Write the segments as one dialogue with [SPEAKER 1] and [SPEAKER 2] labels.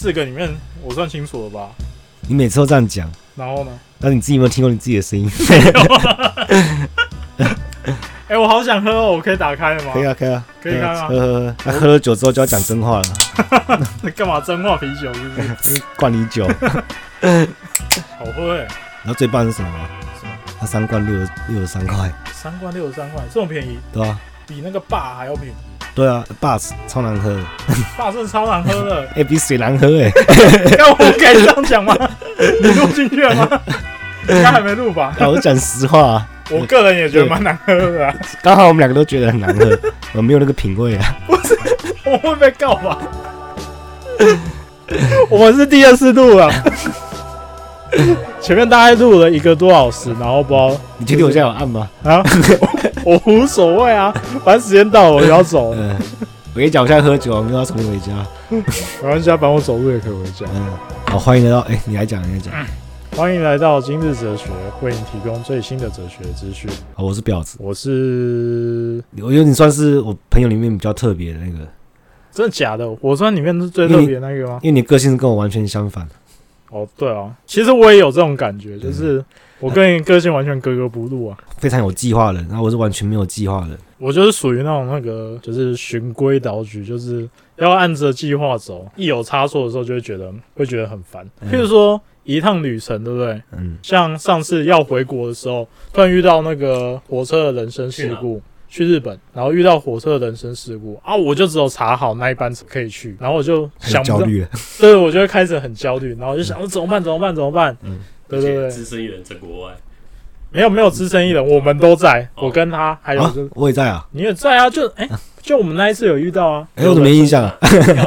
[SPEAKER 1] 四个里面我算清楚了吧？
[SPEAKER 2] 你每次都这样讲，
[SPEAKER 1] 然后 呢？
[SPEAKER 2] 那你自己有没有听过你自己的声音？
[SPEAKER 1] 哎、我好想喝哦，我可以打开了吗？
[SPEAKER 2] 可以啊，可以啊，
[SPEAKER 1] 可以啊
[SPEAKER 2] 喝喝喝，那喝了酒之后就要讲真话了，
[SPEAKER 1] 那 干嘛真话啤酒是不是？
[SPEAKER 2] 灌你酒。
[SPEAKER 1] 好喝哎、
[SPEAKER 2] 然后最棒是什么吗
[SPEAKER 1] 什么？
[SPEAKER 2] 它三罐六六十三块，
[SPEAKER 1] 三罐六十三块，这么便宜，
[SPEAKER 2] 对吧、啊？
[SPEAKER 1] 比那个霸还要便宜，
[SPEAKER 2] 对啊，爸超难喝的，
[SPEAKER 1] 霸是超难喝的。
[SPEAKER 2] 哎、比水难喝哎、
[SPEAKER 1] 要我敢这样讲吗？你录进去了 吗？应该还没录吧？
[SPEAKER 2] 啊我讲实话、啊，
[SPEAKER 1] 我个人也觉得蛮难喝的、 啊，
[SPEAKER 2] 刚好我们两个都觉得很难喝， 我没有那个品味啊。
[SPEAKER 1] 我会被告 吧？我们是第二次录了， 前面大概录了一个多小时，然后不知道
[SPEAKER 2] 你确定我这样有按 吗？
[SPEAKER 1] 啊， 我我无所谓啊，反正时间到了我就要走了，
[SPEAKER 2] 嗯、我跟你讲，我现在喝酒，我们要重新回家。
[SPEAKER 1] 没关系啊，反正我走路也可以回家。
[SPEAKER 2] 嗯，好，欢迎来到，哎、你来讲，你来讲。
[SPEAKER 1] 欢迎来到今日哲学，为你提供最新的哲学资讯。
[SPEAKER 2] 好，我是婊子，
[SPEAKER 1] 我是
[SPEAKER 2] 我觉得你算是我朋友里面比较特别的那个，
[SPEAKER 1] 真的假的？我算里面是最特别的那个吗？
[SPEAKER 2] 因为你个性是跟我完全相反的。嗯
[SPEAKER 1] 哦，对啊，其实我也有这种感觉，就是我跟你个性完全格格不入啊。
[SPEAKER 2] 非常有计划的人，然后我是完全没有计划的人。
[SPEAKER 1] 我就是属于那种那个，就是循规蹈矩，就是要按着计划走。一有差错的时候，就会觉得会觉得很烦。
[SPEAKER 2] 嗯
[SPEAKER 1] 譬如说一趟旅程，对不对？
[SPEAKER 2] 嗯，
[SPEAKER 1] 像上次要回国的时候，突然遇到那个火车的人身事故。去日本，然后遇到火车的人身事故啊，我就只有查好那一班可以去，然后我就
[SPEAKER 2] 很
[SPEAKER 1] 想不
[SPEAKER 2] 焦
[SPEAKER 1] 到，
[SPEAKER 2] 虑了。
[SPEAKER 1] 对，我就会开始很焦虑，然后我就想、怎么办？怎么办？怎么办？
[SPEAKER 2] 嗯
[SPEAKER 1] 对对对，
[SPEAKER 3] 资深艺人在国外，
[SPEAKER 1] 没有没有资深艺人，我们都在，
[SPEAKER 3] 哦
[SPEAKER 1] 我跟他还有
[SPEAKER 2] 啊
[SPEAKER 1] 就是、，
[SPEAKER 2] 我也在啊。
[SPEAKER 1] 你也在啊，就哎、就我们那一次有遇到啊，
[SPEAKER 2] 哎、我怎么没印象啊？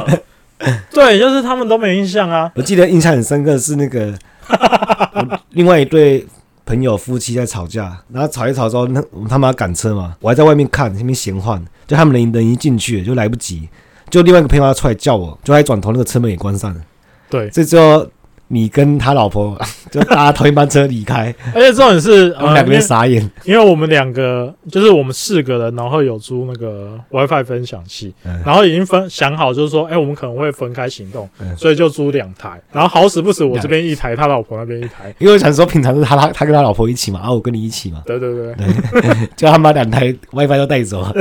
[SPEAKER 1] 对，就是他们都没印象啊，
[SPEAKER 2] 我记得印象很深刻的是那个，我另外一对朋友夫妻在吵架，然后吵一吵之后，那他们要赶车嘛，我还在外面看，那边闲晃，就他们人人已经进去了，就来不及，就另外一个朋友要出来叫我，就他一转头那个车门也关上了，
[SPEAKER 1] 对，
[SPEAKER 2] 这之后你跟他老婆 就搭同一班车离开，
[SPEAKER 1] 而且重点是，
[SPEAKER 2] 我们
[SPEAKER 1] 呃，
[SPEAKER 2] 两
[SPEAKER 1] 因
[SPEAKER 2] 个
[SPEAKER 1] 为
[SPEAKER 2] 人傻眼，
[SPEAKER 1] 因为我们两个就是我们四个人，然后有租那个 WiFi 分享器，
[SPEAKER 2] 嗯
[SPEAKER 1] 然后已经分想好，就是说，哎、我们可能会分开行动，
[SPEAKER 2] 嗯
[SPEAKER 1] 所以就租两台，然后好死不死我这边一台，他老婆那边一台，
[SPEAKER 2] 因为我想说平常是他他他跟他老婆一起嘛，啊我跟你一起嘛，
[SPEAKER 1] 对对对，
[SPEAKER 2] 嗯就他妈两台 WiFi 都带走了，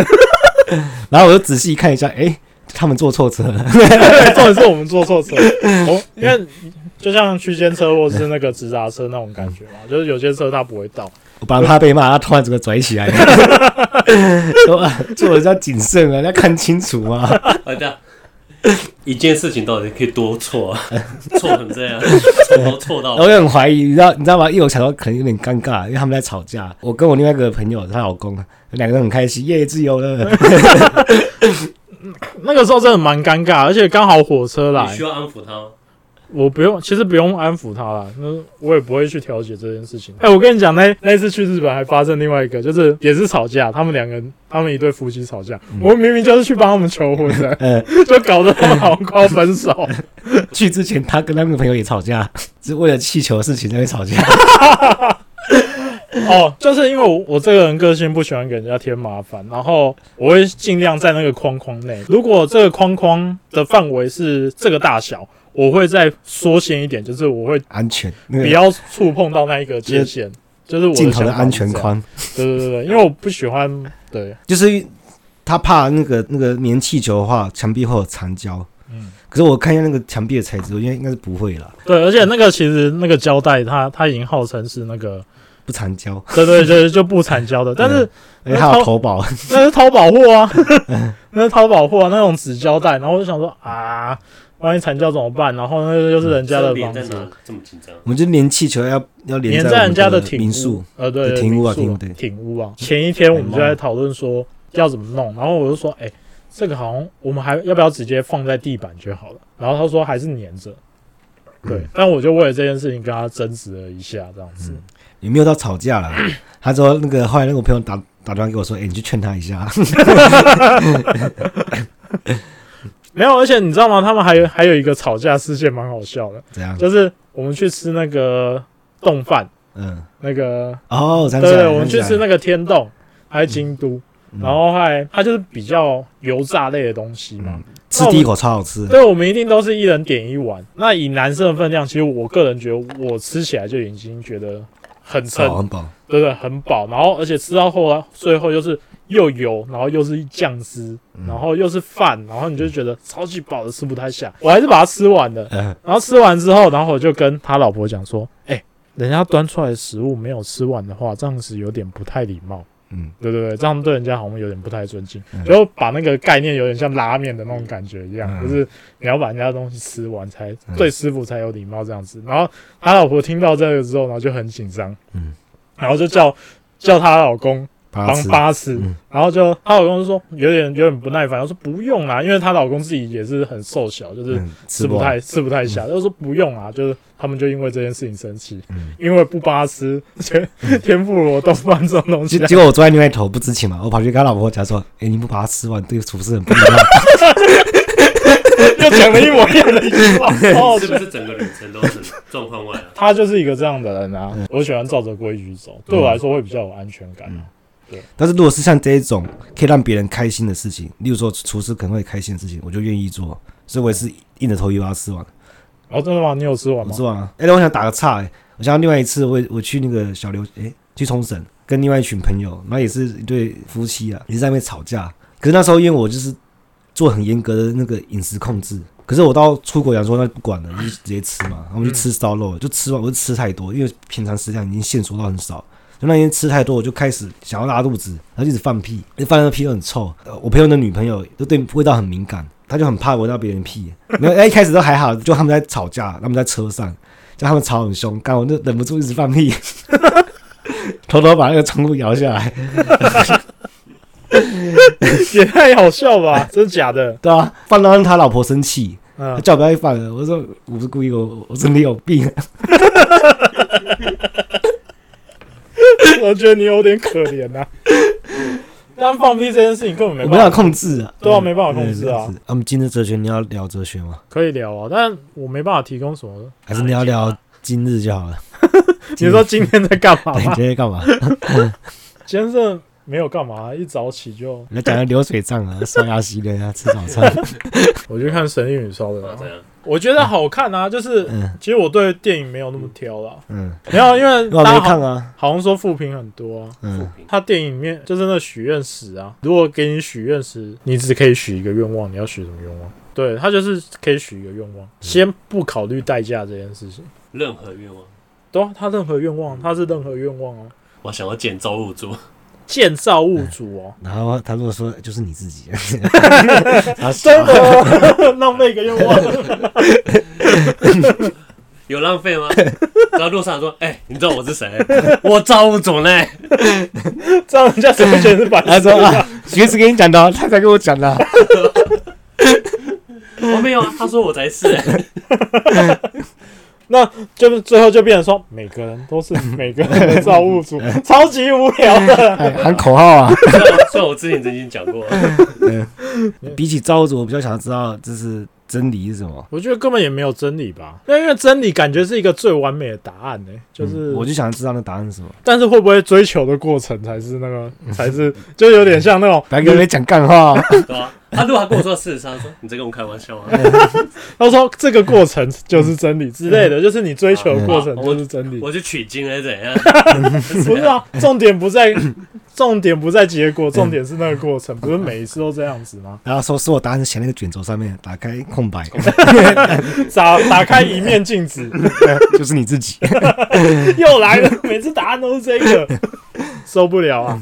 [SPEAKER 2] 然后我就仔细看一下，哎、他们坐错车了，
[SPEAKER 1] 对，重点是我们坐错车，
[SPEAKER 2] 嗯
[SPEAKER 1] 哦，因为就像区间车或是那个直达车那种感觉嘛，就是有些车它不会到。
[SPEAKER 2] 我本来怕被骂，他突然整个拽起来， 说啊做人要谨慎啊，要看清楚嘛。
[SPEAKER 3] 啊对啊，一件事情到底可以多错啊？ 错成这样，错都错到
[SPEAKER 1] 哦
[SPEAKER 2] 然后我也很怀疑，你知道你知道吗？因为我想到可能有点尴尬，因为他们在吵架。我跟我另外一个朋友，她老公，啊两个人很开心，耶，自由了。
[SPEAKER 1] 那个时候真的蛮尴尬，而且刚好火车
[SPEAKER 3] 你
[SPEAKER 1] 来
[SPEAKER 3] 需，要安抚他吗？
[SPEAKER 1] 我不用，其实不用安抚他啦，那我也不会去调解这件事情。哎、我跟你讲，那那一次去日本还发生另外一个，就是也是吵架，他们两个人，他们一对夫妻吵架，我明明就是去帮他们求婚 的，
[SPEAKER 2] 呃，
[SPEAKER 1] 就搞得他们好像快要分 手。
[SPEAKER 2] 去之前他跟他那个朋友也吵架，是为了气球的事情在那边吵架。
[SPEAKER 1] 哦，就是因为我我这个人个性不喜欢给人家添麻烦，然后我会尽量在那个框框内。如果这个框框的范围是这个大小，我会再缩限一点，就是我会
[SPEAKER 2] 安全，那
[SPEAKER 1] 不
[SPEAKER 2] 个
[SPEAKER 1] 要触碰到那一个界限，就是我
[SPEAKER 2] 镜头的
[SPEAKER 1] 想法
[SPEAKER 2] 安全
[SPEAKER 1] 是这样。
[SPEAKER 2] 框，
[SPEAKER 1] 对对对对，因为我不喜欢对，
[SPEAKER 2] 就是他怕那个那个粘气球的话，墙壁会有残胶。
[SPEAKER 1] 嗯，
[SPEAKER 2] 可是我看一下那个墙壁的材质，我觉得应该是不会啦，
[SPEAKER 1] 对，而且那个其实那个胶带它它已经号称是那个，
[SPEAKER 2] 不残 胶，
[SPEAKER 1] 对对对，就不产胶的，但是
[SPEAKER 2] 而且还有投保。
[SPEAKER 1] 那是淘宝货啊， 那是淘宝货啊，那种纸胶带。然后我就想说啊，万一残胶怎么办？然后那个就是人家的
[SPEAKER 3] 这脸
[SPEAKER 1] 房
[SPEAKER 3] 在
[SPEAKER 1] 子，
[SPEAKER 3] 哪这么紧张？
[SPEAKER 2] 我们就连气球要要连
[SPEAKER 1] 粘
[SPEAKER 2] 我
[SPEAKER 1] 在
[SPEAKER 2] 们
[SPEAKER 1] 人家
[SPEAKER 2] 的
[SPEAKER 1] 挺
[SPEAKER 2] 民
[SPEAKER 1] 屋
[SPEAKER 2] 宿，，
[SPEAKER 1] 呃，对，
[SPEAKER 2] 对挺屋啊
[SPEAKER 1] 民宿
[SPEAKER 2] 挺屋对哎
[SPEAKER 1] 挺屋啊。前一天我们就在讨论说要怎么弄，然后我就说，哎、这个好像我们还要不要直接放在地板就好了？然后他说还是粘着。
[SPEAKER 2] 嗯
[SPEAKER 1] 对，但我就为了这件事情跟他争执了一下，这样子。
[SPEAKER 2] 也没有到吵架啦。 他说那个后来那个我朋友打打电话给我说，哎、你去劝他一下。
[SPEAKER 1] 没有，而且你知道吗？他们还有还有一个吵架事件，蛮好笑的，
[SPEAKER 2] 怎样？
[SPEAKER 1] 就是我们去吃那个冻饭，
[SPEAKER 2] 嗯，
[SPEAKER 1] 那个
[SPEAKER 2] 哦，我想起来
[SPEAKER 1] 对，
[SPEAKER 2] 了
[SPEAKER 1] 我们去
[SPEAKER 2] 想起
[SPEAKER 1] 吃
[SPEAKER 2] 来了
[SPEAKER 1] 那个天洞，还是京都，
[SPEAKER 2] 嗯
[SPEAKER 1] 然后后来它就是比较油炸类的东西
[SPEAKER 2] 嗯
[SPEAKER 1] 嘛，
[SPEAKER 2] 吃第一口超好吃的，
[SPEAKER 1] 对，我们一定都是一人点一碗。那以男生的分量，其实我个人觉得，我吃起来就已经觉得很撑，
[SPEAKER 2] 饱很饱，
[SPEAKER 1] 对对，很饱。然后而且吃到后来，最后就是又油，然后又是酱汁，然后又是饭，然后你就觉得超级饱的，吃不太下。我还是把它吃完了。
[SPEAKER 2] 呃，
[SPEAKER 1] 然后吃完之后，然后我就跟他老婆讲说：“哎、人家端出来的食物没有吃完的话，这样子有点不太礼貌。”
[SPEAKER 2] 嗯，
[SPEAKER 1] 对对对，这样对人家好像有点不太尊敬
[SPEAKER 2] 嗯，
[SPEAKER 1] 然后把那个概念有点像拉面的那种感觉一样，
[SPEAKER 2] 嗯
[SPEAKER 1] 就是你要把人家的东西吃完才
[SPEAKER 2] 嗯
[SPEAKER 1] 对师傅才有礼貌这样子。然后他老婆听到这个之后，然后就很紧张，
[SPEAKER 2] 嗯，
[SPEAKER 1] 然后就叫叫她老公
[SPEAKER 2] 帮
[SPEAKER 1] 帮八吃，
[SPEAKER 2] 嗯
[SPEAKER 1] 然后就她老公就说有点有点不耐烦，她说不用啦，因为她老公自己也是很瘦小，就是
[SPEAKER 2] 嗯
[SPEAKER 1] 吃不
[SPEAKER 2] 饱
[SPEAKER 1] 太吃不太下，就说不用啊，就是他们就因为这件事情生气，
[SPEAKER 2] 嗯
[SPEAKER 1] 因为不巴吃 天天妇罗豆瓣这种东西啊
[SPEAKER 2] 结，结果我坐在另外一头不知情嘛，我跑去跟他老婆讲说：“哎、你不把它吃完，对厨师很不礼貌。
[SPEAKER 1] 又讲了一模一样的一句 话，哦
[SPEAKER 3] 是，不是整个旅程都是状况外 啊？
[SPEAKER 1] 他就是一个这样的人啊，我喜欢照着规矩走，对我来说会比较有安全感啊。
[SPEAKER 2] 但是如果是像这一种可以让别人开心的事情，例如说厨师可能会开心的事情，我就愿意做，所以我也是硬着头皮把它吃完。
[SPEAKER 1] 哦，真的吗？你有吃完
[SPEAKER 2] 我
[SPEAKER 1] 吗？
[SPEAKER 2] 吃完了。哎、但我想打个岔、哎，我想到另外一次我，我去那个小刘，哎、去冲绳跟另外一群朋友，然后也是一对夫妻啊，也是在那边吵架。可是那时候因为我就是做很严格的那个饮食控制，可是我到出国想说那不管了，就直接吃嘛，然后我就吃烧肉，就吃完我就吃太多，因为平常食量已经限缩到很少。就那天吃太多，我就开始想要拉肚子，然后就一直放屁，那放那个屁都很臭。呃我朋友的女朋友就对味道很敏感，她就很怕闻到别人屁。然后哎一开始都还好，就他们在吵架，他们在车上，就他们吵很凶，干我就忍不住一直放屁， 偷偷把那个窗户摇下来，
[SPEAKER 1] 也太好笑 吧，真的假的？
[SPEAKER 2] 对啊，放到让他老婆生气，她
[SPEAKER 1] 嗯，
[SPEAKER 2] 叫我不要再放了。我说我不是故意的，我我真的有病。
[SPEAKER 1] 我觉得你有点可怜呐。但放屁这件事情根本没
[SPEAKER 2] 我没
[SPEAKER 1] 办
[SPEAKER 2] 办
[SPEAKER 1] 法，
[SPEAKER 2] 法控制啊，
[SPEAKER 1] 对啊没办法控制啊
[SPEAKER 2] 对。对对我们今日哲学，你要聊哲学吗？
[SPEAKER 1] 可以聊啊，但我没办法提供什 么。
[SPEAKER 2] 还是你要
[SPEAKER 1] 啊
[SPEAKER 2] 聊今日就好了？
[SPEAKER 1] 你说今天在干嘛
[SPEAKER 2] 对
[SPEAKER 1] 吗
[SPEAKER 2] 你？今天 干嘛？
[SPEAKER 1] 先生没有干嘛，一早起就
[SPEAKER 2] 你要讲个流水账啊，刷牙洗脸啊，吃早餐。
[SPEAKER 1] 我去看《神力女超人
[SPEAKER 3] 啊》怎，样？
[SPEAKER 1] 我觉得好看啊，就是
[SPEAKER 2] 嗯
[SPEAKER 1] 其实我对电影没有那么挑啦，
[SPEAKER 2] 嗯，
[SPEAKER 1] 没有，啊因为
[SPEAKER 2] 我
[SPEAKER 1] 大
[SPEAKER 2] 没
[SPEAKER 1] 家
[SPEAKER 2] 看
[SPEAKER 1] 好
[SPEAKER 2] 啊。
[SPEAKER 1] 好像说负评很多啊。
[SPEAKER 3] 复
[SPEAKER 2] 嗯，
[SPEAKER 3] 评
[SPEAKER 1] 他电影里面就是那许愿石啊，如果给你许愿石，你只可以许一个愿望，你要许什么愿望？对他就是可以许一个愿望，先不考虑代价这件事情。
[SPEAKER 3] 任何愿望，
[SPEAKER 1] 对啊，他任何愿望，他是任何愿望哦、
[SPEAKER 3] 我想要建造物主，
[SPEAKER 1] 建造物主哦、
[SPEAKER 2] 然后他如果说就是你 自己，啊
[SPEAKER 1] 真的哦 浪费一个愿 望，
[SPEAKER 3] 有浪 费吗？然后路上说，哎、你知道我是谁？我造物主呢？
[SPEAKER 1] 这样人家怎么觉得是白
[SPEAKER 2] 他
[SPEAKER 1] 痴
[SPEAKER 2] 说啊，学子跟你讲的哦，他才跟我讲的啊。
[SPEAKER 3] 我、没有啊，他说我才是、 哎
[SPEAKER 1] 那就是最后就变成说，每个人都是每个人的造物 主，超级无聊的。
[SPEAKER 2] 哎喊口号啊！
[SPEAKER 3] 虽然虽然我之前曾经讲过，
[SPEAKER 2] 比起造物主，我比较想知道就是真理是什 么。
[SPEAKER 1] 我觉得根本也没有真理吧，那因为真理感觉是一个最完美的答案呢、就是、
[SPEAKER 2] 嗯我就想知道那答案是什么。
[SPEAKER 1] 但是会不会追求的过程才是那 个，才是就有点像那种，
[SPEAKER 2] 白哥没讲干话啊，
[SPEAKER 3] 对吧、啊？他如果他跟我说事实上，说你在跟我开玩笑啊吗？
[SPEAKER 1] 他说这个过程就是真理之类的，
[SPEAKER 2] 嗯
[SPEAKER 1] 就是你追求的过程
[SPEAKER 3] 嗯
[SPEAKER 1] 就是真理，
[SPEAKER 3] 我去取经还是怎样？
[SPEAKER 1] 不是啊，重点不 在，重点不在结果，重点是那个过
[SPEAKER 2] 嗯
[SPEAKER 1] 程，不是每一次都这样子吗？
[SPEAKER 2] 然后说是我答案是写那个卷轴上面，打开空白，
[SPEAKER 1] 打打开一面镜子，
[SPEAKER 2] 就是你自己。
[SPEAKER 1] 又来了，每次答案都是这个，受不了啊！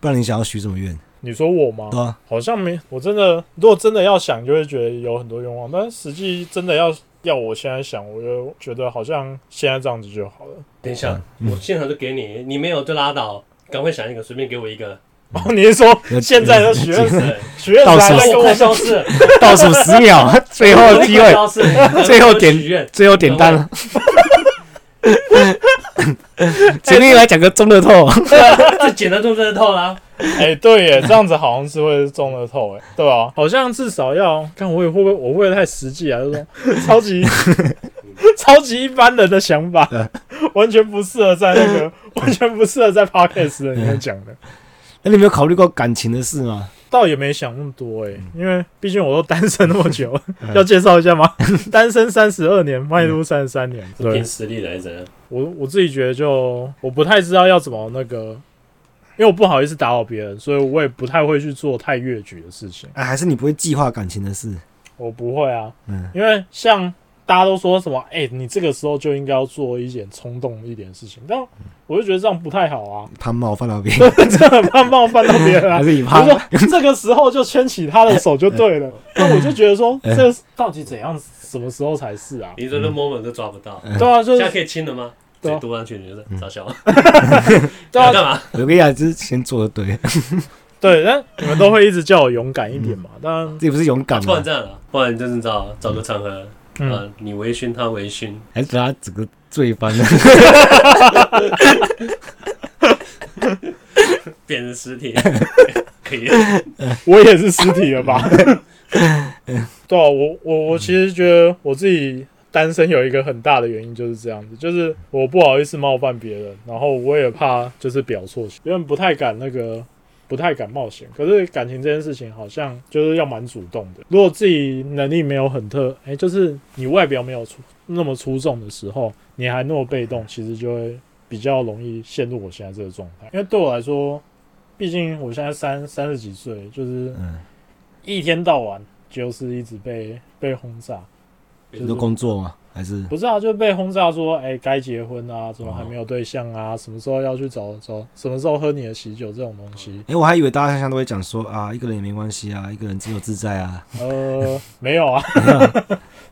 [SPEAKER 2] 不然你想要许什么愿？
[SPEAKER 1] 你说我吗？
[SPEAKER 2] 嗯对啊，
[SPEAKER 1] 好像没，我真的如果真的要想，就会觉得有很多愿望，但是实际真的要要我现在想，我就觉得好像现在这样子就好了。
[SPEAKER 3] 等一下，
[SPEAKER 2] 嗯
[SPEAKER 3] 我现场就给你，你没有就拉倒，赶快想一个，随便给我 一个。
[SPEAKER 1] 哦，你是说
[SPEAKER 2] 有
[SPEAKER 1] 现在的许愿
[SPEAKER 3] 对，
[SPEAKER 1] 许愿
[SPEAKER 2] 嗯到
[SPEAKER 1] 池
[SPEAKER 2] 时
[SPEAKER 1] 还
[SPEAKER 2] 候
[SPEAKER 1] 在跟
[SPEAKER 3] 我
[SPEAKER 1] 我说
[SPEAKER 3] 快消失了，
[SPEAKER 2] 倒数 十秒，最后的机
[SPEAKER 3] 我快
[SPEAKER 2] 会，
[SPEAKER 3] 消失，
[SPEAKER 2] 最后
[SPEAKER 3] 许愿
[SPEAKER 2] 点，最后点单 了。前面来讲个中乐 透，
[SPEAKER 3] 这简单就真的透啦。
[SPEAKER 1] 哎、对耶，这样子好像是会中了透，哎，对吧、好像至少要看我也会不会，我会不会太实际啊？就是 说超级超级一般人的想法， 完全不适合在那个，完全不适合在 podcast 里面讲的。
[SPEAKER 2] 那哎你没有考虑过感情的事吗？
[SPEAKER 1] 倒也没想那么多诶、因为毕竟我都单身那么久，要介绍一下吗？单身三十二年，迈入三十三年。对
[SPEAKER 3] 凭实力来怎样？
[SPEAKER 1] 我我自己觉得就我不太知道要怎么那个，因为我不好意思打扰别人，所以我也不太会去做太越矩的事情。
[SPEAKER 2] 哎，还是你不会计划感情的事？
[SPEAKER 1] 我不会啊，
[SPEAKER 2] 嗯
[SPEAKER 1] 因为像大家都说什么，哎、你这个时候就应该要做一点冲动一点的事情，但我就觉得这样不太好啊，
[SPEAKER 2] 怕冒犯到别人，
[SPEAKER 1] 这很怕冒犯到别人啊
[SPEAKER 2] 还。是你
[SPEAKER 1] 他
[SPEAKER 2] 怕？
[SPEAKER 1] 说这个时候就牵起他的手就对 了，那我就觉得说，
[SPEAKER 2] 哎
[SPEAKER 1] 这到底怎样，什么时候才是啊？
[SPEAKER 3] 你这
[SPEAKER 2] 嗯
[SPEAKER 3] 个 moment 都抓不到，
[SPEAKER 1] 对啊，就
[SPEAKER 3] 现在
[SPEAKER 1] 是
[SPEAKER 3] 可以亲了吗？
[SPEAKER 1] 对啊
[SPEAKER 3] 自己读上去你就是
[SPEAKER 2] 嗯
[SPEAKER 3] 傻笑，
[SPEAKER 1] 对
[SPEAKER 3] 要
[SPEAKER 1] 啊，
[SPEAKER 3] 干嘛？
[SPEAKER 2] 我跟你讲，就是先做的对，
[SPEAKER 1] 对，但你们都会一直叫我勇敢一点嘛，当然，
[SPEAKER 2] 这也不是勇敢
[SPEAKER 3] 突
[SPEAKER 2] 吗
[SPEAKER 3] 然？这样了，不然就是你知道找个场合，
[SPEAKER 1] 嗯。
[SPEAKER 3] 啊，你微醺他微醺，
[SPEAKER 2] 还是把他整个醉翻了？
[SPEAKER 3] 变成尸 体，可以。啊
[SPEAKER 1] 我也是尸体了吧？对啊，我我我其实觉得我自己单身有一个很大的原因就是这样子，就是我不好意思冒犯别人，然后我也怕就是表错，因为不太敢那个。不太敢冒险，可是感情这件事情好像就是要蛮主动的。如果自己能力没有很特，哎、就是你外表没有出那么出众的时候，你还那么被动，其实就会比较容易陷入我现在这个状态。因为对我来说，毕竟我现在三三十几岁，就是
[SPEAKER 2] 嗯，
[SPEAKER 1] 一天到晚就是一直被被轰炸， 就
[SPEAKER 2] 你
[SPEAKER 1] 是
[SPEAKER 2] 说工作吗？还是
[SPEAKER 1] 不是啊，就被轰炸说，哎、该结婚啊，怎么还没有对象
[SPEAKER 3] 嗯
[SPEAKER 1] 啊，什么时候要去找找，什么时候喝你的喜酒这种东西，
[SPEAKER 2] 哎、我还以为大家好像都会讲说啊，一个人也没关系啊，一个人自由自在啊。
[SPEAKER 3] 嗯
[SPEAKER 1] 呃，没有 啊，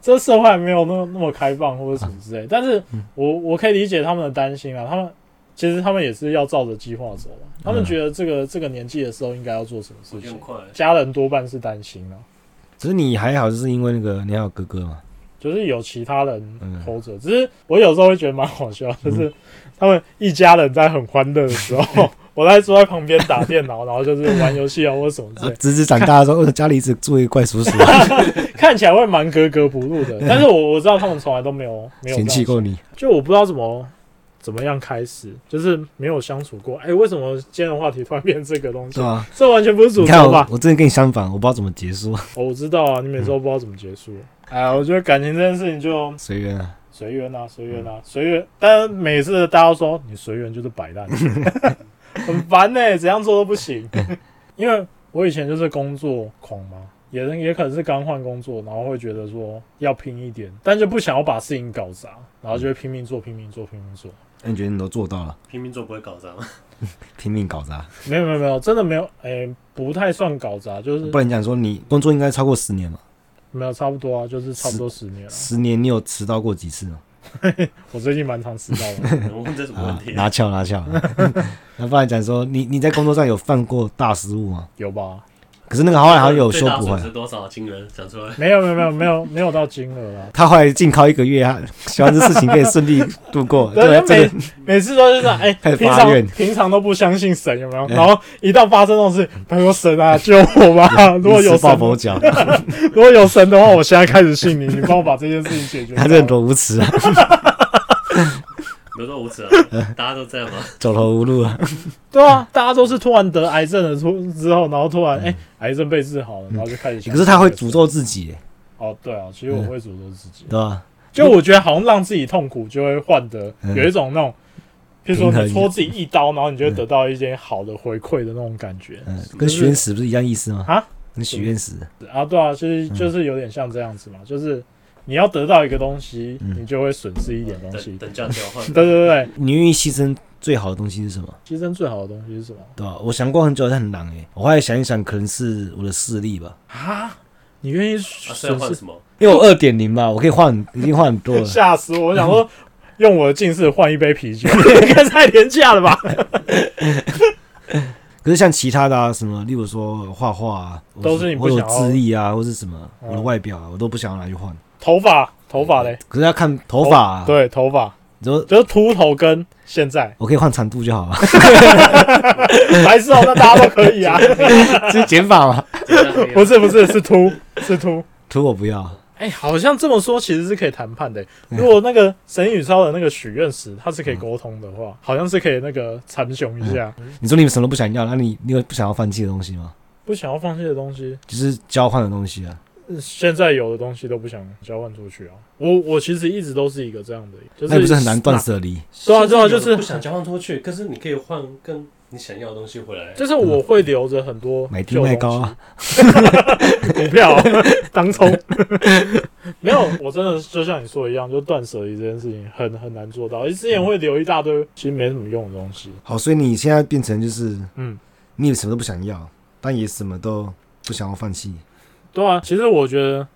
[SPEAKER 1] 这社会还没有那么那么开放或者什么之类，但是
[SPEAKER 3] 嗯
[SPEAKER 1] 我我可以理解他们的担心啊，他们。其实他们也是要照着计划走嘛，他们觉得这个、这个年纪的时候应该要做什么事
[SPEAKER 3] 嗯我觉得
[SPEAKER 1] 情
[SPEAKER 3] 很，快，
[SPEAKER 1] 家人多半是担心啊。
[SPEAKER 2] 只是你还好，就是因为那个你还有哥哥嘛。嗯
[SPEAKER 1] 就是有其他人 hold 着，只是我有时候会觉得蛮好笑，就是他们一家人在很欢乐的时 候，我在坐在旁边打电脑，然后就是玩游戏啊或者什么之
[SPEAKER 2] 啊
[SPEAKER 1] 类，
[SPEAKER 2] 侄子长大的时候，呃家里一直住一个怪叔啊叔，
[SPEAKER 1] 看起来会蛮格格不入的。但是我我知道他们从来都没有没有
[SPEAKER 2] 嗯 嫌弃
[SPEAKER 1] 这样
[SPEAKER 2] 过你。
[SPEAKER 1] 就我不知道怎么怎么样开始，就是没有相处过。哎、为什么今天的话题突然变这个东西
[SPEAKER 2] 对？啊，
[SPEAKER 1] 这完全不是主
[SPEAKER 2] 你看
[SPEAKER 1] 轴
[SPEAKER 2] 我
[SPEAKER 1] 吧，？
[SPEAKER 2] 我真的跟你相反，我不知道怎么结束，
[SPEAKER 1] 哦，我知道啊，你每次都不知道怎么结束。哎呀，我觉得感情这件事情就
[SPEAKER 2] 随缘啊。
[SPEAKER 1] 随缘啊，随缘啊，随缘。但每次大家都说你随缘就是摆烂， 很烦呢、怎样做都不行。因为我以前就是工作狂嘛，也是也可能是刚换工作，然后会觉得说要拼一点，但就不想要把事情搞砸，然后就会拼命做，拼命做，拼命做。
[SPEAKER 2] 那你觉得你都做到了，
[SPEAKER 3] 拼命做不会搞砸 吗？
[SPEAKER 2] 拼命搞砸，
[SPEAKER 1] 没有没有没有，真的没有，哎、不太算搞砸，就是
[SPEAKER 2] 不然你讲说你工作应该超过十年嘛？
[SPEAKER 1] 没有差不多啊，就是差不多十年了。
[SPEAKER 2] 十年你有迟到过几次吗？
[SPEAKER 1] 我最近蛮常迟到的，
[SPEAKER 3] 能问这什么问
[SPEAKER 2] 啊，
[SPEAKER 3] 题？
[SPEAKER 2] 拿翘拿翘。 那不然讲说你你在工作上有犯过大失误吗？
[SPEAKER 1] 有吧？
[SPEAKER 2] 可是那个后来好像有修
[SPEAKER 3] 最大
[SPEAKER 2] 补
[SPEAKER 3] 损
[SPEAKER 2] 回
[SPEAKER 3] 失
[SPEAKER 2] 来，
[SPEAKER 3] 多少惊人？讲出来。
[SPEAKER 1] 没有没有没有没有没有到金额啊。
[SPEAKER 2] 他后来静靠一个月，他希望这事情可以顺利度过。对，
[SPEAKER 1] 就
[SPEAKER 2] 这个
[SPEAKER 1] 每每次都是 这样，哎、
[SPEAKER 2] 开始
[SPEAKER 1] 平
[SPEAKER 2] 发
[SPEAKER 1] 常
[SPEAKER 2] 愿
[SPEAKER 1] 平常都不相信神有没有？
[SPEAKER 2] 嗯
[SPEAKER 1] 然后一旦发生这种事，他说神 啊，救我吧！如果有
[SPEAKER 2] 临时抱
[SPEAKER 1] 神，
[SPEAKER 2] 佛脚，
[SPEAKER 1] 如果有神的话，我现在开始信你，你帮我把这件事情解决掉。
[SPEAKER 2] 他这人多无耻啊，
[SPEAKER 3] 有多无耻啊！大家都这样 吗？
[SPEAKER 2] 走投无路啊。
[SPEAKER 1] 对啊，大家都是突然得癌症了突之后，然后突然哎、癌症被治好了，然后就开始相信。
[SPEAKER 2] 嗯可是他会诅咒自嗯己，
[SPEAKER 1] 哦，对啊，其实我会诅咒自己，
[SPEAKER 2] 对吧？
[SPEAKER 1] 就我觉得好像让自己痛苦，就会换得
[SPEAKER 2] 嗯
[SPEAKER 1] 有一种那种。譬如说，
[SPEAKER 2] 平衡
[SPEAKER 1] 你戳自己一刀，然后你就会得到一些好的回馈的那种感觉。
[SPEAKER 2] 嗯，跟许愿石不是一样意思吗？
[SPEAKER 1] 啊，
[SPEAKER 2] 跟许愿石，
[SPEAKER 1] 啊，对啊，其实就是有点像这样子嘛，就是你要得到一个东西，
[SPEAKER 2] 嗯
[SPEAKER 1] 你就会损失一点东西
[SPEAKER 3] 等。等价交换，
[SPEAKER 1] 对对对对，
[SPEAKER 2] 你愿意牺牲最好的东西是什么？
[SPEAKER 1] 牺牲最好的东西是什么
[SPEAKER 2] 对吧？我想过很久，但很难诶。我后来想一想，可能是我的视力吧，
[SPEAKER 1] 啊？你愿意
[SPEAKER 3] 啊，是要
[SPEAKER 1] 损
[SPEAKER 3] 换
[SPEAKER 1] 失？
[SPEAKER 3] 什么？
[SPEAKER 2] 因为我二点零嘛，我可以换，已经换很多 了。
[SPEAKER 1] 吓死我！我想说，用我的近视换一杯啤酒， 应该太廉价了吧？
[SPEAKER 2] 可是像其他的啊，什么，例如说画画啊，
[SPEAKER 1] 都是你不
[SPEAKER 2] 或者
[SPEAKER 1] 想
[SPEAKER 2] 我
[SPEAKER 1] 要
[SPEAKER 2] 智力啊，或是什么，
[SPEAKER 1] 嗯
[SPEAKER 2] 我的外表啊，我都不想要拿去换。
[SPEAKER 1] 头发，头发嘞，
[SPEAKER 2] 可是要看头发啊，
[SPEAKER 1] 对，头发
[SPEAKER 2] 你说
[SPEAKER 1] 就是秃头跟现在
[SPEAKER 2] 我可以换长度就好了，啊
[SPEAKER 1] 白是哦，那大家都可以 啊。
[SPEAKER 2] 这是减法嘛？
[SPEAKER 3] 等价交换
[SPEAKER 1] 不是不是，是秃，是秃。
[SPEAKER 2] 图我不要，
[SPEAKER 1] 哎、哎、好像这么说其实是可以谈判的、
[SPEAKER 2] 嗯
[SPEAKER 1] 如果那个《神与超人》那个许愿石它是可以沟通的话，好像是可以那个参雄一下，
[SPEAKER 2] 你说你们什么都不想要，那你你有不想要放弃的东西吗？
[SPEAKER 1] 不想要放弃的东西，
[SPEAKER 2] 就是交换的东西啊。
[SPEAKER 1] 呃现在有的东西都不想交换出去啊。我我其实一直都是一个这样的人，就
[SPEAKER 2] 那也不是很难断
[SPEAKER 1] 哪
[SPEAKER 2] 舍离？
[SPEAKER 1] 对啊对啊
[SPEAKER 3] 甚至有的
[SPEAKER 1] 就是
[SPEAKER 3] 不想交换出去，可是你可以换更你想要的东西回来。
[SPEAKER 1] 就是我会留着很多
[SPEAKER 2] 买低
[SPEAKER 1] 旧
[SPEAKER 2] 卖
[SPEAKER 1] 东
[SPEAKER 2] 高
[SPEAKER 1] 西
[SPEAKER 2] 啊，
[SPEAKER 1] 股票当冲，没有，我真的就像你说的一样，就断舍离这件事情很很难做到。而且之前会留一大堆其实没什么用的东西，
[SPEAKER 2] 好，所以你现在变成就是
[SPEAKER 1] 嗯，
[SPEAKER 2] 你也什么都不想要，但也什么都不想要放弃。
[SPEAKER 1] 对啊。其实我觉得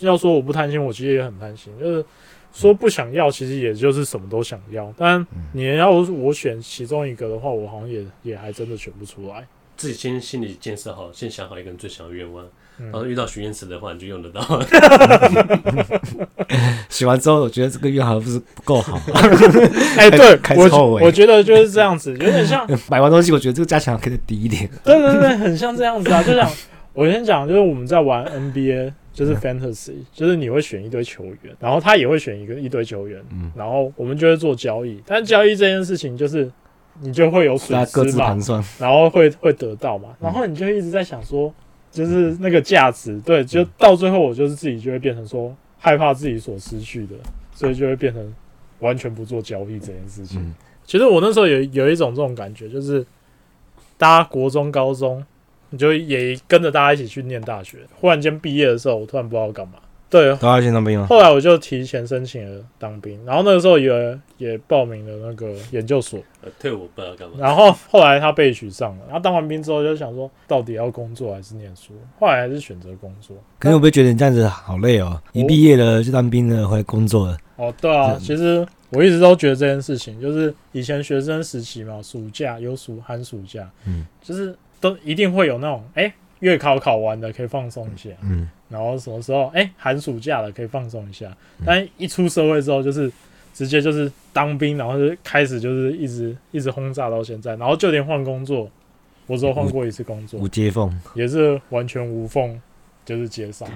[SPEAKER 1] 要说我不贪心，我其实也很贪心，就是
[SPEAKER 2] 嗯
[SPEAKER 1] 说不想要，其实也就是什么都想要。但你要我选其中一个的话，我好像也也还真的选不出来。
[SPEAKER 3] 自己先心理建设好，先想好一个人最想要的愿望，然后
[SPEAKER 1] 嗯，
[SPEAKER 3] 遇到许愿池的话，你就用得到。
[SPEAKER 2] 写完之后，我觉得这个月好像不是不够 好。
[SPEAKER 1] 哎、
[SPEAKER 2] 开
[SPEAKER 1] 对
[SPEAKER 2] 始
[SPEAKER 1] 我
[SPEAKER 2] 后悔
[SPEAKER 1] 我觉得就是这样 子，有点像
[SPEAKER 2] 买完东西，我觉得这个价钱可以再低一点。
[SPEAKER 1] 对对对，很像这样子啊。就像我先讲，就是我们在玩 NBA，就是
[SPEAKER 2] 嗯
[SPEAKER 1] Fantasy，就是你会选一堆球员，然后他也会选一个一堆球员，
[SPEAKER 2] 嗯，
[SPEAKER 1] 然后我们就会做交易。但交易这件事情就是。你就会有
[SPEAKER 2] 大
[SPEAKER 1] 损
[SPEAKER 2] 家各
[SPEAKER 1] 失
[SPEAKER 2] 自
[SPEAKER 1] 嘛
[SPEAKER 2] 盘，算。
[SPEAKER 1] 然后会会得到嘛，然后你就一直在想说，就是那个价值，对，就到最后我就是自己就会变成说害怕自己所失去的，所以就会变成完全不做交易这件事情。
[SPEAKER 2] 嗯，
[SPEAKER 1] 其实我那时候有有一种这种感觉，就是大家国中、高中，你就也跟着大家一起去念大学。忽然间毕业的时候，我突然不知道干嘛。对，
[SPEAKER 2] 都要先当兵吗？
[SPEAKER 1] 后来我就提前申请了当兵，然后那个时候也也报名了那个研究所，
[SPEAKER 3] 呃退伍不知道干嘛，
[SPEAKER 1] 然后后来他被取上了。然后当完兵之后就想说，到底要工作还是念书？后来还是选择工作。
[SPEAKER 2] 可是我不会觉得你这样子好累哦？一毕业了就当兵了，回来工作了，
[SPEAKER 1] 哦，对
[SPEAKER 2] 嗯
[SPEAKER 1] 啊，其实我一直都觉得这件事情，就是以前学生时期嘛，暑假有暑寒暑假，
[SPEAKER 2] 嗯，
[SPEAKER 1] 就是都一定会有那种，哎、月考考完的可以放松一下，
[SPEAKER 2] 嗯，
[SPEAKER 1] 然后什么时候，哎、寒暑假了可以放松一下
[SPEAKER 2] 嗯，
[SPEAKER 1] 但一出社会之后，就是直接就是当兵，然后就开始就是一直一直轰炸到现在，然后就连换工作，我只有换过一次工作
[SPEAKER 2] 无，接缝。
[SPEAKER 1] 也是完全无缝，就是接上，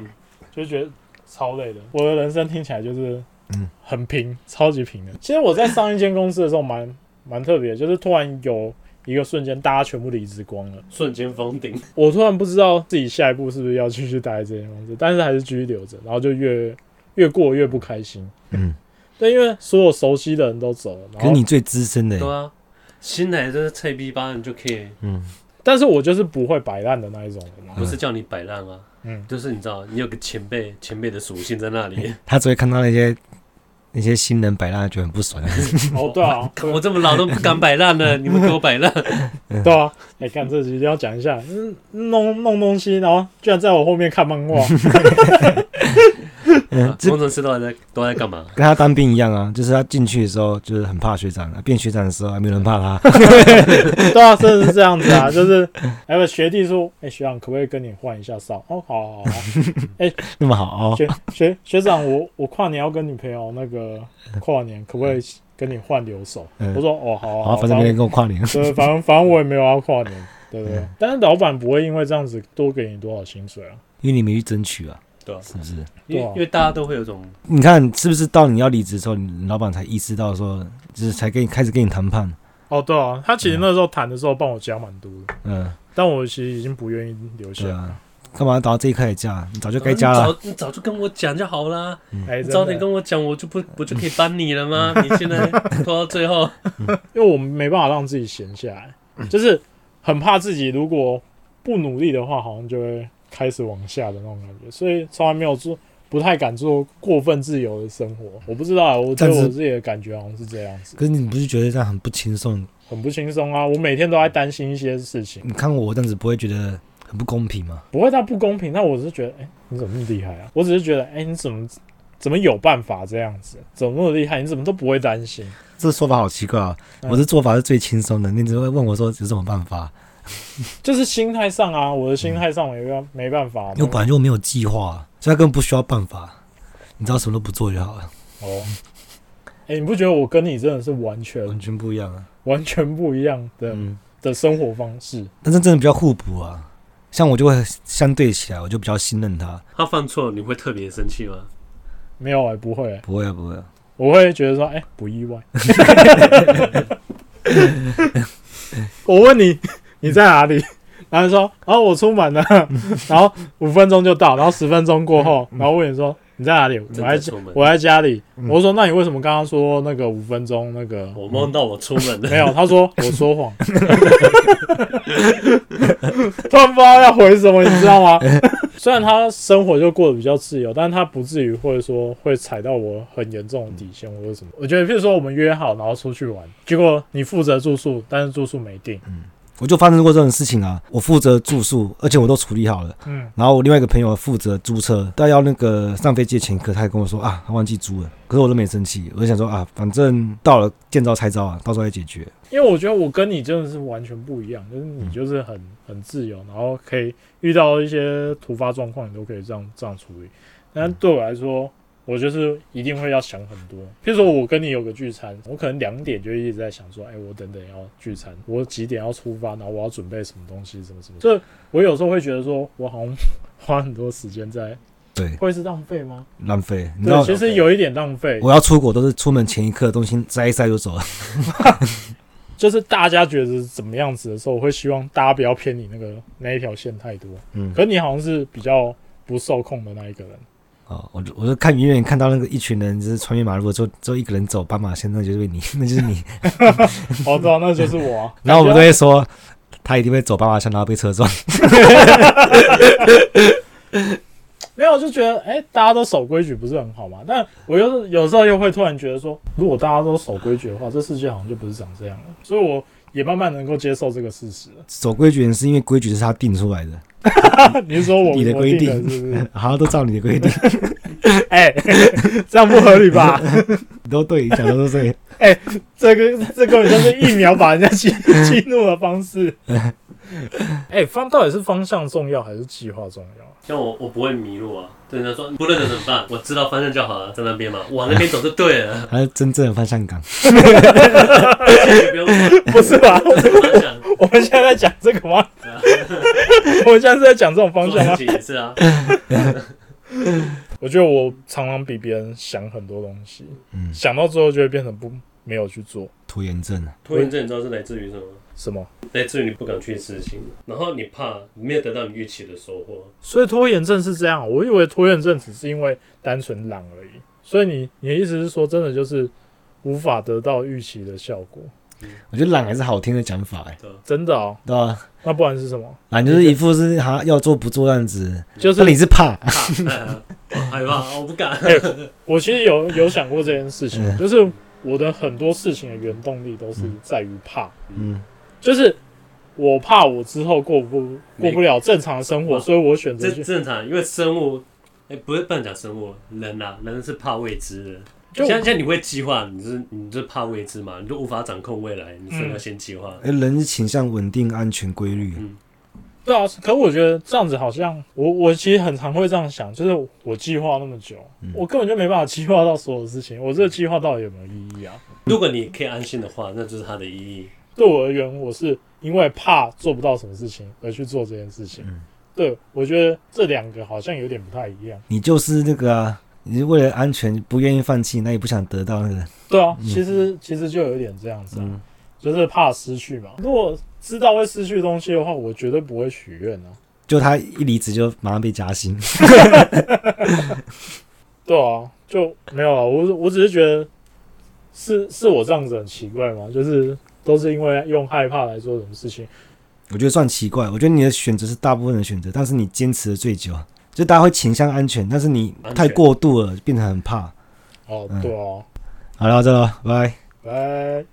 [SPEAKER 1] 就觉得超累的。我的人生听起来就是，
[SPEAKER 2] 嗯，
[SPEAKER 1] 很平，超级平的。其实我在上一间公司的时候蛮蛮特别的，就是突然有一个瞬间，大家全部离职光了，
[SPEAKER 3] 瞬间封顶。
[SPEAKER 1] 我突然不知道自己下一步是不是要继续待在这间公司，但是还是继续留着，然后就越越过越不开心。
[SPEAKER 2] 嗯，
[SPEAKER 1] 对，因为所有熟悉的人都走了，然
[SPEAKER 2] 可是
[SPEAKER 1] 后
[SPEAKER 2] 你最资深的
[SPEAKER 3] 对，啊，新来的菜逼吧，你就可以，
[SPEAKER 2] 嗯，
[SPEAKER 1] 但是我就是不会摆烂的那一种人啊
[SPEAKER 3] 不是叫你摆烂啊，
[SPEAKER 1] 嗯，
[SPEAKER 3] 就是你知道，你有个前辈前辈的属性在 那里。
[SPEAKER 2] 他只会看到那些那些新人摆烂，就很不爽。
[SPEAKER 1] 哦，对啊，
[SPEAKER 3] 我这么老都不敢摆烂了，你们给我摆烂，
[SPEAKER 1] 对啊，哎、看这集一定要讲一下，嗯，弄弄东西，然后居然在我后面看漫 画，
[SPEAKER 2] 嗯，这
[SPEAKER 3] 啊工程师都还在都在干嘛？
[SPEAKER 2] 跟他当兵一样啊，就是他进去的时候就是很怕学长，啊变学长的时候还没有人怕他。
[SPEAKER 1] 对啊，真的是这样子啊，就是，哎、我学弟说，哎、学长可不可以跟你换一下哨？哦，好好好啊、
[SPEAKER 2] 那么好哦，
[SPEAKER 1] 学学学长，我我跨年要跟女朋友那个跨年，可不可以跟你换留守？
[SPEAKER 2] 嗯
[SPEAKER 1] 我说，哦，好啊好
[SPEAKER 2] 好，
[SPEAKER 1] 啊，
[SPEAKER 2] 反正没人跟嗯我跨年。
[SPEAKER 1] 对，反正反正我也没有要跨年，对不对？但是老板不会因为这样子多给你多少薪水啊，
[SPEAKER 2] 因为你没去争取啊，
[SPEAKER 3] 对啊
[SPEAKER 2] 是不是？
[SPEAKER 3] 因为因为大家都会有种
[SPEAKER 2] 你看是不是到你要离职的时候，你老板才意识到说，就是才跟你开始跟你谈判，
[SPEAKER 1] 哦，对啊，他其实那时候谈的时候帮我加蛮多的，
[SPEAKER 2] 嗯，
[SPEAKER 1] 但我其实已经不愿意留下
[SPEAKER 2] 对。啊，干嘛打到这一刻才嫁？你早就该
[SPEAKER 3] 你
[SPEAKER 2] 嫁了，
[SPEAKER 3] 嗯早你早就跟我讲就好啦，
[SPEAKER 1] 哎，
[SPEAKER 3] 你
[SPEAKER 1] 真
[SPEAKER 3] 早
[SPEAKER 1] 的
[SPEAKER 3] 点跟我讲，我就不我就可以帮你了吗？你现在拖到最后，
[SPEAKER 1] 因为我们没办法让自己闲下 来，就是很怕自己如果不努力的话，好像就会开始往下的那种感觉，所以从来没有做，不太敢做过分自由的生活。我不知道啊，我对
[SPEAKER 2] 但是
[SPEAKER 1] 我自己的感觉好像是这样子，
[SPEAKER 2] 可是你不是觉得这样很不轻松？
[SPEAKER 1] 很不轻松啊。我每天都在担心一些事情，
[SPEAKER 2] 你看我这样子不会觉得很不公平吗？
[SPEAKER 1] 不会到不公平，但我是觉得，哎、你怎么那么厉害啊？我只是觉得，哎、你怎么怎么有办法这样子？怎么那么厉害？你怎么都不会担心？
[SPEAKER 2] 这说法好奇怪啊！
[SPEAKER 1] 嗯
[SPEAKER 2] 我的做法是最轻松的，你只会问我说有什么办法？
[SPEAKER 1] 就是心态上啊，我的心态上没办没办法。
[SPEAKER 2] 因为我本来就没有计划啊，所以他根本不需要办法，你知道什么都不做就好了，
[SPEAKER 1] 哦，哎、你不觉得我跟你真的是完全
[SPEAKER 2] 完全不一样啊。
[SPEAKER 1] 完全不一样的、
[SPEAKER 2] 嗯，
[SPEAKER 1] 的生活方式？
[SPEAKER 2] 但是真的比较互补啊。像我就会相对起来，我就比较信任他。
[SPEAKER 3] 他犯错，你会特别生气吗？
[SPEAKER 1] 没有哎、不会、欸，
[SPEAKER 2] 不会啊，不会啊，
[SPEAKER 1] 我会觉得说，哎、不意外。 我问你，你在哪里？然后你说，哦，我出门了。然后五分钟就到，然后十分钟过后，然后问你说你在哪里？我
[SPEAKER 3] 正
[SPEAKER 1] 在
[SPEAKER 3] 在出门，
[SPEAKER 1] 我在家里。
[SPEAKER 2] 嗯
[SPEAKER 1] 我说，那你为什么刚刚说那个五分钟那个？
[SPEAKER 3] 我梦到我出门 了，
[SPEAKER 1] 没有，他说我说谎， 突然不知道要回什么，你知道吗？虽然他生活就过得比较自由，但是他不至于或者说会踩到我很严重的底线或者什么。我觉得，譬如说我们约好然后出去玩，结果你负责住宿，但是住宿没定，
[SPEAKER 2] 我就发生过这种事情啊。我负责住宿，而且我都处理好了。
[SPEAKER 1] 嗯，
[SPEAKER 2] 然后我另外一个朋友负责租车，但要那个上飞机的前一刻，他还跟我说啊，他忘记租了。可是我都没生气，我就想说啊，反正到了见招拆招啊，到时候再解决。
[SPEAKER 1] 因为我觉得我跟你真的是完全不一样，就是你就是很很自由，然后可以遇到一些突发状况，你都可以这样这样处理。但对我来说，我就是一定会要想很多。譬如说我跟你有个聚餐，我可能两点就一直在想说，哎、我等等要聚餐，我几点要出发，然后我要准备什么东西，什么什么。就是我有时候会觉得说，我好像花很多时间在，
[SPEAKER 2] 对，
[SPEAKER 1] 会是浪费吗？
[SPEAKER 2] 浪费。你知
[SPEAKER 1] 对，
[SPEAKER 2] 道
[SPEAKER 1] 其实有一点浪费。
[SPEAKER 2] 我要出国都是出门前一刻东西塞一塞就走了。
[SPEAKER 1] 就是大家觉得怎么样子的时候，我会希望大家不要偏离那个那一条线太多。
[SPEAKER 2] 嗯，
[SPEAKER 1] 可你好像是比较不受控的那一个人，
[SPEAKER 2] 哦，我就我就看远远看到那个一群人就是穿越马路，就就一个人走斑马线，那就是你，那就是你。
[SPEAKER 1] 我知道那就是我哦啊、
[SPEAKER 2] 然后我们都会说，他一定会走斑马线，然后被车撞。
[SPEAKER 1] 没有，就觉得哎、大家都守规矩不是很好嘛？但我又是有时候又会突然觉得说，如果大家都守规矩的话，这世界好像就不是长这样了。所以我也慢慢能够接受这个事实了。
[SPEAKER 2] 走规矩是因为规矩是他定出来的，
[SPEAKER 1] 你是说我
[SPEAKER 2] 你的
[SPEAKER 1] 我
[SPEAKER 2] 规
[SPEAKER 1] 定的
[SPEAKER 2] 定
[SPEAKER 1] 是不是？
[SPEAKER 2] 好像都照你的规定，
[SPEAKER 1] 哎、 这样不合理吧？
[SPEAKER 2] 你都对，讲的都对。
[SPEAKER 1] 这个这根本就是一秒把人家激激怒的方式。 哎、方到底是方向重要还是计划重要啊？
[SPEAKER 3] 像我，我不会迷路啊。对人家说不认得怎么办？我知道方向就好了，在那边嘛，往那边走就对了，
[SPEAKER 2] 他是真正的方向感，
[SPEAKER 3] 你 不用管
[SPEAKER 1] 不是吧？
[SPEAKER 3] 方向。
[SPEAKER 1] 我们现在在讲这个吗？我们现在是在讲这种方
[SPEAKER 3] 做
[SPEAKER 1] 向
[SPEAKER 3] 事
[SPEAKER 1] 吗？
[SPEAKER 3] 情也是啊，
[SPEAKER 1] 我觉得我常常比别人想很多东西，
[SPEAKER 2] 嗯
[SPEAKER 1] 想到最后就会变成不没有去做
[SPEAKER 2] 拖延症啊。
[SPEAKER 3] 拖延症你知道是来自于什么吗？
[SPEAKER 1] 什么。
[SPEAKER 3] 来自于你不敢去执行，然后你怕没有得到你预期的收获。
[SPEAKER 1] 所以拖延症是这样，我以为拖延症只是因为单纯懒而已。所以你你的意思是说，真的就是无法得到预期的效果？
[SPEAKER 2] 我觉得懒还是好听的讲法、欸，哎，
[SPEAKER 1] 真的哦？
[SPEAKER 2] 对吧？
[SPEAKER 1] 那不然是什么？
[SPEAKER 2] 懒就是一副是好像要做不做样子，
[SPEAKER 1] 就
[SPEAKER 2] 那
[SPEAKER 1] 是
[SPEAKER 2] 你是怕，
[SPEAKER 3] 怕， 哎我害怕，我不敢。
[SPEAKER 1] 我其实有有想过这件事情，
[SPEAKER 2] 嗯
[SPEAKER 1] 就是我的很多事情的原动力都是在于怕，
[SPEAKER 2] 嗯，
[SPEAKER 1] 就是我怕我之后过不过不了正常的生活，
[SPEAKER 3] 没
[SPEAKER 1] 所以我选择
[SPEAKER 3] 这
[SPEAKER 1] 去
[SPEAKER 3] 正常，因为生物，哎、不是不能讲生物，人啊，人是怕未知的。
[SPEAKER 1] 就
[SPEAKER 3] 像像你会计划，你是你就怕未知嘛，你就无法掌控未来，你所以要先计划。
[SPEAKER 2] 哎人是倾向稳定、安全、规律，
[SPEAKER 1] 对啊。可我觉得这样子好像我我其实很常会这样想，就是我计划那么久，
[SPEAKER 2] 嗯
[SPEAKER 1] 我根本就没办法计划到所有事情，我这个计划到底有没有意义啊？
[SPEAKER 3] 如果你可以安心的话，那就是它的意义。
[SPEAKER 1] 对我而言，我是因为怕做不到什么事情而去做这件事情。
[SPEAKER 2] 嗯
[SPEAKER 1] 对，我觉得这两个好像有点不太一样。
[SPEAKER 2] 你就是那个啊，你是为了安全不愿意放弃，那也不想得到那个，
[SPEAKER 1] 对啊，
[SPEAKER 2] 嗯
[SPEAKER 1] 其实其实就有点这样子啊。
[SPEAKER 2] 嗯，
[SPEAKER 1] 就是怕失去嘛。如果知道会失去东西的话，我绝对不会许愿啊。
[SPEAKER 2] 就他一离职就马上被加薪，
[SPEAKER 1] 对啊，就没有啊。我我只是觉得是是我这样子很奇怪嘛，就是都是因为用害怕来做什么事情。
[SPEAKER 2] 我觉得算奇怪。我觉得你的选择是大部分的选择，但是你坚持的最久，就大家会倾向安全，但是你
[SPEAKER 3] 安全
[SPEAKER 2] 太过度了，变得很怕。
[SPEAKER 1] 哦
[SPEAKER 2] 嗯，
[SPEAKER 1] 对啊，
[SPEAKER 2] 好了，到这了，拜拜。
[SPEAKER 1] 拜。